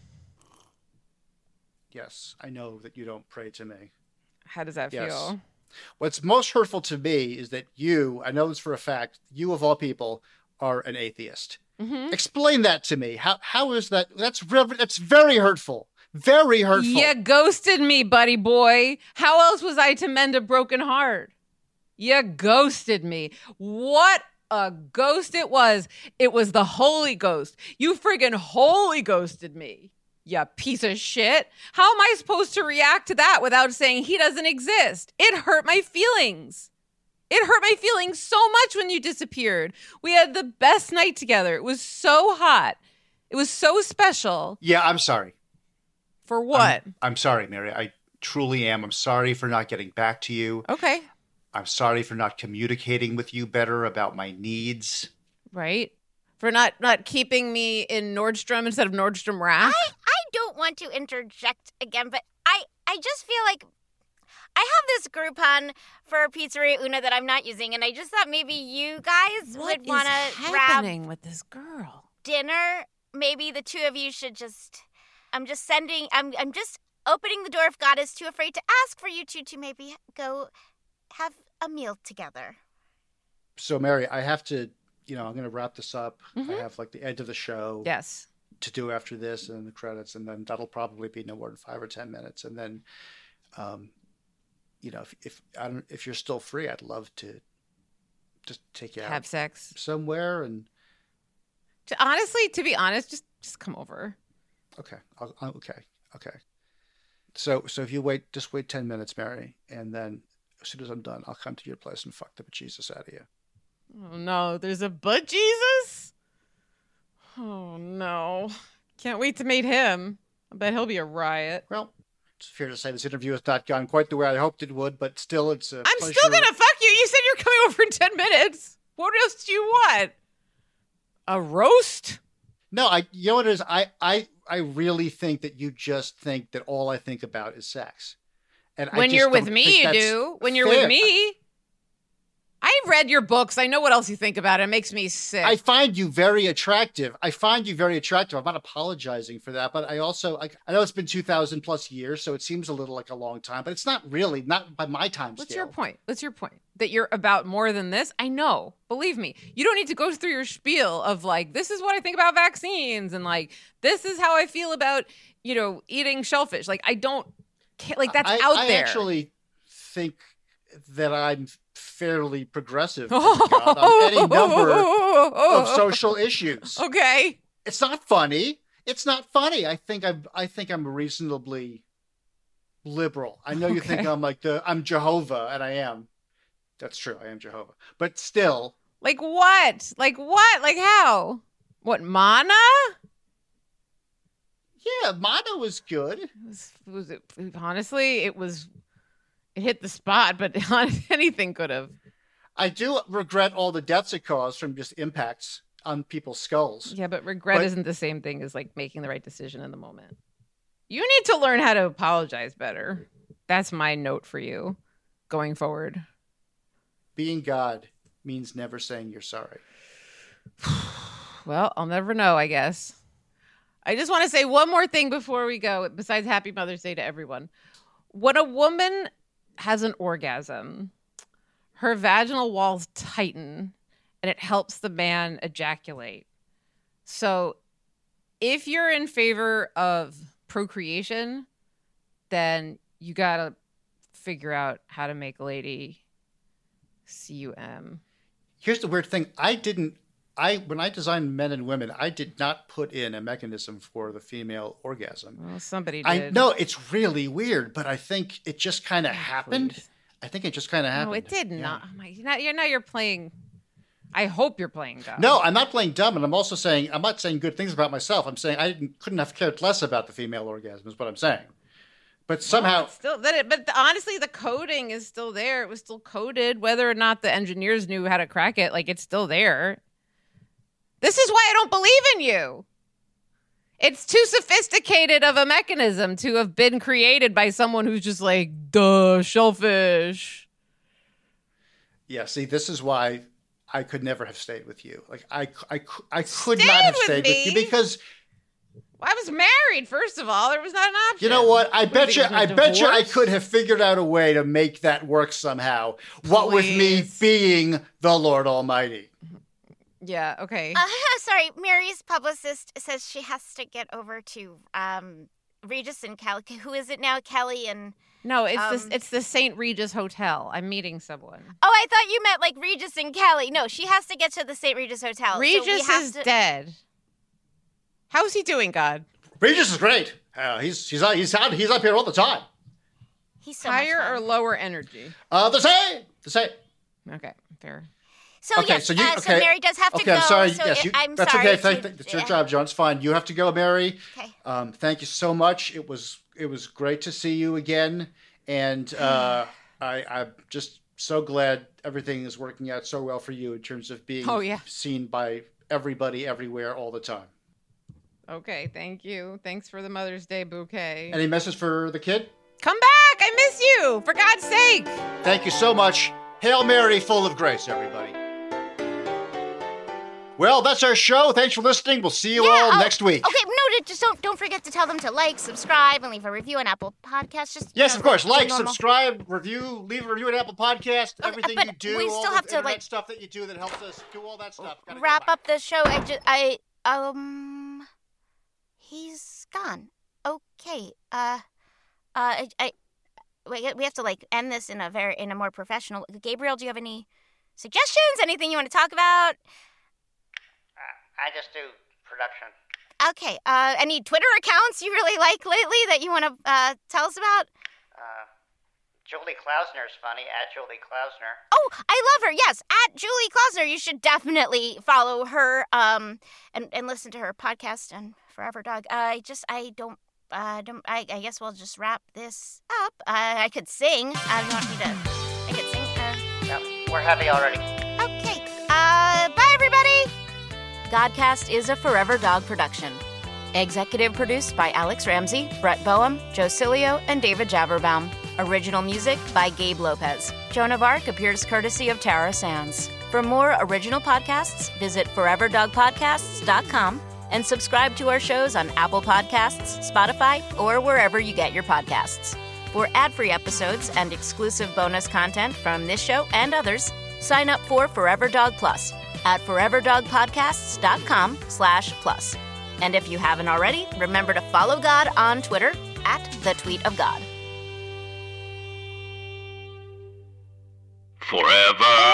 Speaker 2: Yes, I know that you don't pray to me.
Speaker 6: How does that
Speaker 2: Yes.
Speaker 6: feel?
Speaker 2: What's most hurtful to me is that you, I know this for a fact, you of all people are an atheist.
Speaker 6: Mm-hmm.
Speaker 2: Explain that to me. How how is that? That's rev- that's very hurtful. Very hurtful.
Speaker 6: You ghosted me, buddy boy. How else was I to mend a broken heart? You ghosted me. What a ghost it was. It was the Holy Ghost. You friggin' Holy Ghosted me. You piece of shit. How am I supposed to react to that without saying he doesn't exist? It hurt my feelings. It hurt my feelings so much when you disappeared. We had the best night together. It was so hot. It was so special.
Speaker 9: Yeah, I'm sorry.
Speaker 6: For what?
Speaker 9: I'm sorry, Mary. I truly am. I'm sorry for not getting back to you.
Speaker 6: okay.
Speaker 9: I'm sorry for not communicating with you better about my needs.
Speaker 6: right? For not not keeping me in Nordstrom instead of Nordstrom Rack.
Speaker 3: I don't want to interject again, but I I just feel like I have this Groupon for Pizzeria Una that I'm not using, and I just thought maybe you guys would want to grab
Speaker 6: with this girl?
Speaker 3: dinner. Maybe the two of you should just. I'm just sending. I'm I'm just opening the door if God is too afraid to ask for you two to maybe go have a meal together.
Speaker 2: so Mary, I have to, you know, I'm going to wrap this up. I
Speaker 6: Mhm.
Speaker 2: have like the end of the show
Speaker 6: Yes.
Speaker 2: to do after this and the credits, and then that'll probably be no more than five or ten minutes, and then, um, you know, if if I don't if you're still free, I'd love to just take you out
Speaker 6: Have sex.
Speaker 2: somewhere and
Speaker 6: To, honestly, to be honest, just just come over.
Speaker 2: Okay. I'll, I'll- okay. Okay. So so if you wait, just wait ten minutes, Mary, and then as soon as I'm done, I'll come to your place and fuck the bejesus out of you.
Speaker 6: Oh no, there's a but Jesus. Oh no, can't wait to meet him. I bet he'll be a riot.
Speaker 2: Well, it's fair to say this interview has not gone quite the way I hoped it would, but still, it's a
Speaker 6: I'm
Speaker 2: pleasure.
Speaker 6: still gonna fuck you. You said you're coming over in ten minutes. What else do you want? A roast?
Speaker 2: No, I. You know what it is? I I I really think that you just think that all I think about is sex. And I
Speaker 6: when
Speaker 2: just
Speaker 6: you're with
Speaker 2: don't
Speaker 6: me
Speaker 2: think
Speaker 6: you
Speaker 2: that's
Speaker 6: do when you're
Speaker 2: fair.
Speaker 6: with me i read your books i know what else you think about it, it makes me sick
Speaker 2: I find you very attractive. I find you very attractive. I'm not apologizing for that, but I also like I know it's been 2000 plus years, so it seems a little like a long time, but it's not really not by my time
Speaker 6: what's
Speaker 2: scale.
Speaker 6: your point what's your point that you're about more than this i know believe me you don't need to go through your spiel of like this is what i think about vaccines and like this is how i feel about you know eating shellfish like i don't ca- like that's
Speaker 2: I,
Speaker 6: out
Speaker 2: I
Speaker 6: there
Speaker 2: actually think that I'm fairly progressive to God on any number of social issues.
Speaker 6: Okay.
Speaker 2: It's not funny. It's not funny. I think I'm. I think I'm reasonably liberal. I know you think
Speaker 6: Okay.
Speaker 2: I'm like the. I'm Jehovah, and I am. That's true. I am Jehovah, but still,
Speaker 6: Like what? Like what? Like how? What mana?
Speaker 2: yeah, Mana was good.
Speaker 6: It was, was it, honestly, it was. It hit the spot, but anything could have.
Speaker 2: I do regret all the deaths it caused from just impacts on people's skulls.
Speaker 6: Yeah, but regret
Speaker 2: But-
Speaker 6: isn't the same thing as like making the right decision in the moment. You need to learn how to apologize better. That's my note for you going forward.
Speaker 2: Being God means never saying you're sorry.
Speaker 6: Well, I'll never know, I guess. I just want to say one more thing before we go, besides Happy Mother's Day to everyone. When a woman has an orgasm, her vaginal walls tighten and it helps the man ejaculate. So, if you're in favor of procreation, then you got to figure out how to make a lady cum.
Speaker 2: Here's the weird thing. I didn't I when I designed men and women, I did not put in a mechanism for the female orgasm.
Speaker 6: Well, somebody did.
Speaker 2: I know it's really weird, but I think it just kind of happened.
Speaker 6: Please.
Speaker 2: I think it just kind of happened.
Speaker 6: No, it did
Speaker 2: Yeah.
Speaker 6: not. Oh my, now, you're, now you're playing. I hope you're playing God.
Speaker 2: No, I'm not playing dumb, and I'm also saying I'm not saying good things about myself. I'm saying I didn't, couldn't have cared less about the female orgasm. Is what I'm saying. But somehow,
Speaker 6: It's still. That it, but the- honestly, the coding is still there. It was still coded, whether or not the engineers knew how to crack it. Like it's still there. This is why I don't believe in you. It's too sophisticated of a mechanism to have been created by someone who's just like, duh, shellfish.
Speaker 2: yeah. See, this is why I could never have stayed with you. Like I, c- I, c- I could
Speaker 6: Stayed
Speaker 2: not have
Speaker 6: with
Speaker 2: stayed with you
Speaker 6: me?
Speaker 2: because
Speaker 6: I was married, first of all. There was not an option.
Speaker 2: You know what? I bet
Speaker 6: think
Speaker 2: you.
Speaker 6: it was
Speaker 2: I
Speaker 6: a
Speaker 2: bet you. I
Speaker 6: divorce?
Speaker 2: could have figured out a way to make that work somehow. What with me
Speaker 6: Please.
Speaker 2: being the Lord Almighty.
Speaker 6: Yeah. Okay.
Speaker 3: Uh, sorry, Mary's publicist says she has to get over to um, Regis and Kelly. Who is it now? Kelly and
Speaker 6: No, it's
Speaker 3: Um,
Speaker 6: the it's the St. Regis Hotel. I'm meeting someone.
Speaker 3: oh, I thought you meant like Regis and Kelly. No, she has to get to the St. Regis Hotel. so we
Speaker 6: Regis
Speaker 3: have
Speaker 6: is
Speaker 3: to-
Speaker 6: dead. How's he doing, God?
Speaker 2: Regis is great. Uh, he's he's out- he's out, he's up here all the time.
Speaker 3: He's so much
Speaker 6: Higher or
Speaker 3: fun.
Speaker 6: lower energy?
Speaker 2: Uh, the same. The same.
Speaker 6: Okay, fair.
Speaker 3: So
Speaker 2: Okay,
Speaker 3: yes,
Speaker 2: so you-
Speaker 3: uh, so
Speaker 2: okay.
Speaker 3: Mary does have to
Speaker 2: Okay,
Speaker 3: go.
Speaker 2: I'm sorry.
Speaker 3: So
Speaker 2: yes,
Speaker 3: it-
Speaker 2: you,
Speaker 3: I'm
Speaker 2: that's
Speaker 3: sorry.
Speaker 2: okay. Thank,
Speaker 3: to-
Speaker 2: thank- it's your
Speaker 3: yeah.
Speaker 2: job, John. It's fine. You have to go, Mary.
Speaker 3: Okay.
Speaker 2: Um, thank you so much. It was it was great to see you again, and uh, I, I'm just so glad everything is working out so well for you in terms of being
Speaker 6: Oh, yeah.
Speaker 2: seen by everybody everywhere all the time.
Speaker 6: Okay, thank you. Thanks for the Mother's Day bouquet.
Speaker 2: Any message for the kid?
Speaker 6: Come back! I miss you. For God's sake.
Speaker 2: Thank you so much. Hail Mary, full of grace, everybody. Well, that's our show. Thanks for listening. We'll see you
Speaker 3: Yeah,
Speaker 2: all
Speaker 3: oh,
Speaker 2: next week.
Speaker 3: Okay, no, d- just don't don't forget to tell them to like, subscribe, and leave a review on Apple Podcasts. Just
Speaker 2: Yes,
Speaker 3: you
Speaker 2: of
Speaker 3: know,
Speaker 2: course.
Speaker 3: the
Speaker 2: Like,
Speaker 3: normal-
Speaker 2: subscribe, review, leave a review at Apple Podcast.
Speaker 3: Okay,
Speaker 2: everything
Speaker 3: but
Speaker 2: you do,
Speaker 3: we
Speaker 2: all
Speaker 3: still
Speaker 2: the
Speaker 3: have to,
Speaker 2: internet
Speaker 3: like,
Speaker 2: stuff that you do that helps us do all that stuff. Gotta go
Speaker 3: Wrap
Speaker 2: back.
Speaker 3: up the show. I just I um, he's gone. Okay. Uh, uh, I, I wait. We have to like end this in a very in a more professional. Gabriel, do you have any suggestions? Anything you want to talk about?
Speaker 10: I just do production.
Speaker 3: Okay. Uh, any Twitter accounts you really like lately that you want to uh, tell us about?
Speaker 10: Uh, Julie Klausner's funny at Julie Klausner.
Speaker 3: Oh, I love her. Yes, at Julie Klausner. You should definitely follow her um and, and listen to her podcast and Forever Dog. I just I don't uh don't I, I guess we'll just wrap this up. Uh, I could sing. I don't want me to. I could sing. Uh,
Speaker 10: Yep, we're heavy already.
Speaker 3: okay. Uh, bye everybody. Godcast is a Forever Dog production. Executive produced by Alex Ramsey, Brett Boehm, Joe Cilio, and David Javerbaum. Original music by Gabe Lopez. Joan of Arc appears courtesy of Tara Sands. For more original podcasts, visit foreverdogpodcasts.com and subscribe to our shows on Apple Podcasts, Spotify, or wherever you get your podcasts. For ad-free episodes and exclusive bonus content from this show and others, sign up for Forever Dog Plus at foreverdogpodcasts.com slash plus. And if you haven't already, remember to follow God on Twitter at the Tweet of God.
Speaker 1: forever.